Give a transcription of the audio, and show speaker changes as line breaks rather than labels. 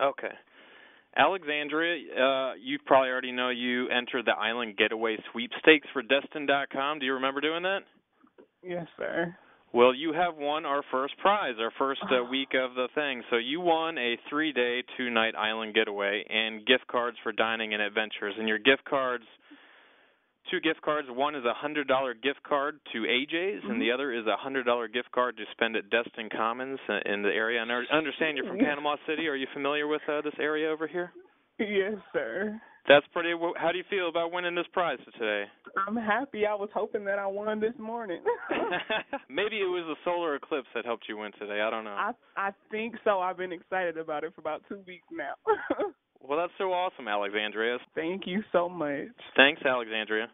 Okay. Alexandria, uh, you probably already know you entered the Island Getaway Sweepstakes for Destin.com. Do you remember doing that?
Yes, sir.
Well, you have won our first prize, our first uh, week of the thing. So you won a three-day, two-night island getaway and gift cards for dining and adventures. And your gift cards, two gift cards. One is a hundred-dollar gift card to AJ's, and the other is a hundred-dollar gift card to spend at Destin Commons uh, in the area. And I understand you're from Panama City. Are you familiar with uh, this area over here?
Yes, sir.
That's pretty. wh- How do you feel about winning this prize today?
I'm happy. I was hoping that I won this morning.
Maybe it was the solar eclipse that helped you win today. I don't know.
I I think so. I've been excited about it for about two weeks now.
Well, that's so awesome, Alexandria.
Thank you so much.
Thanks, Alexandria.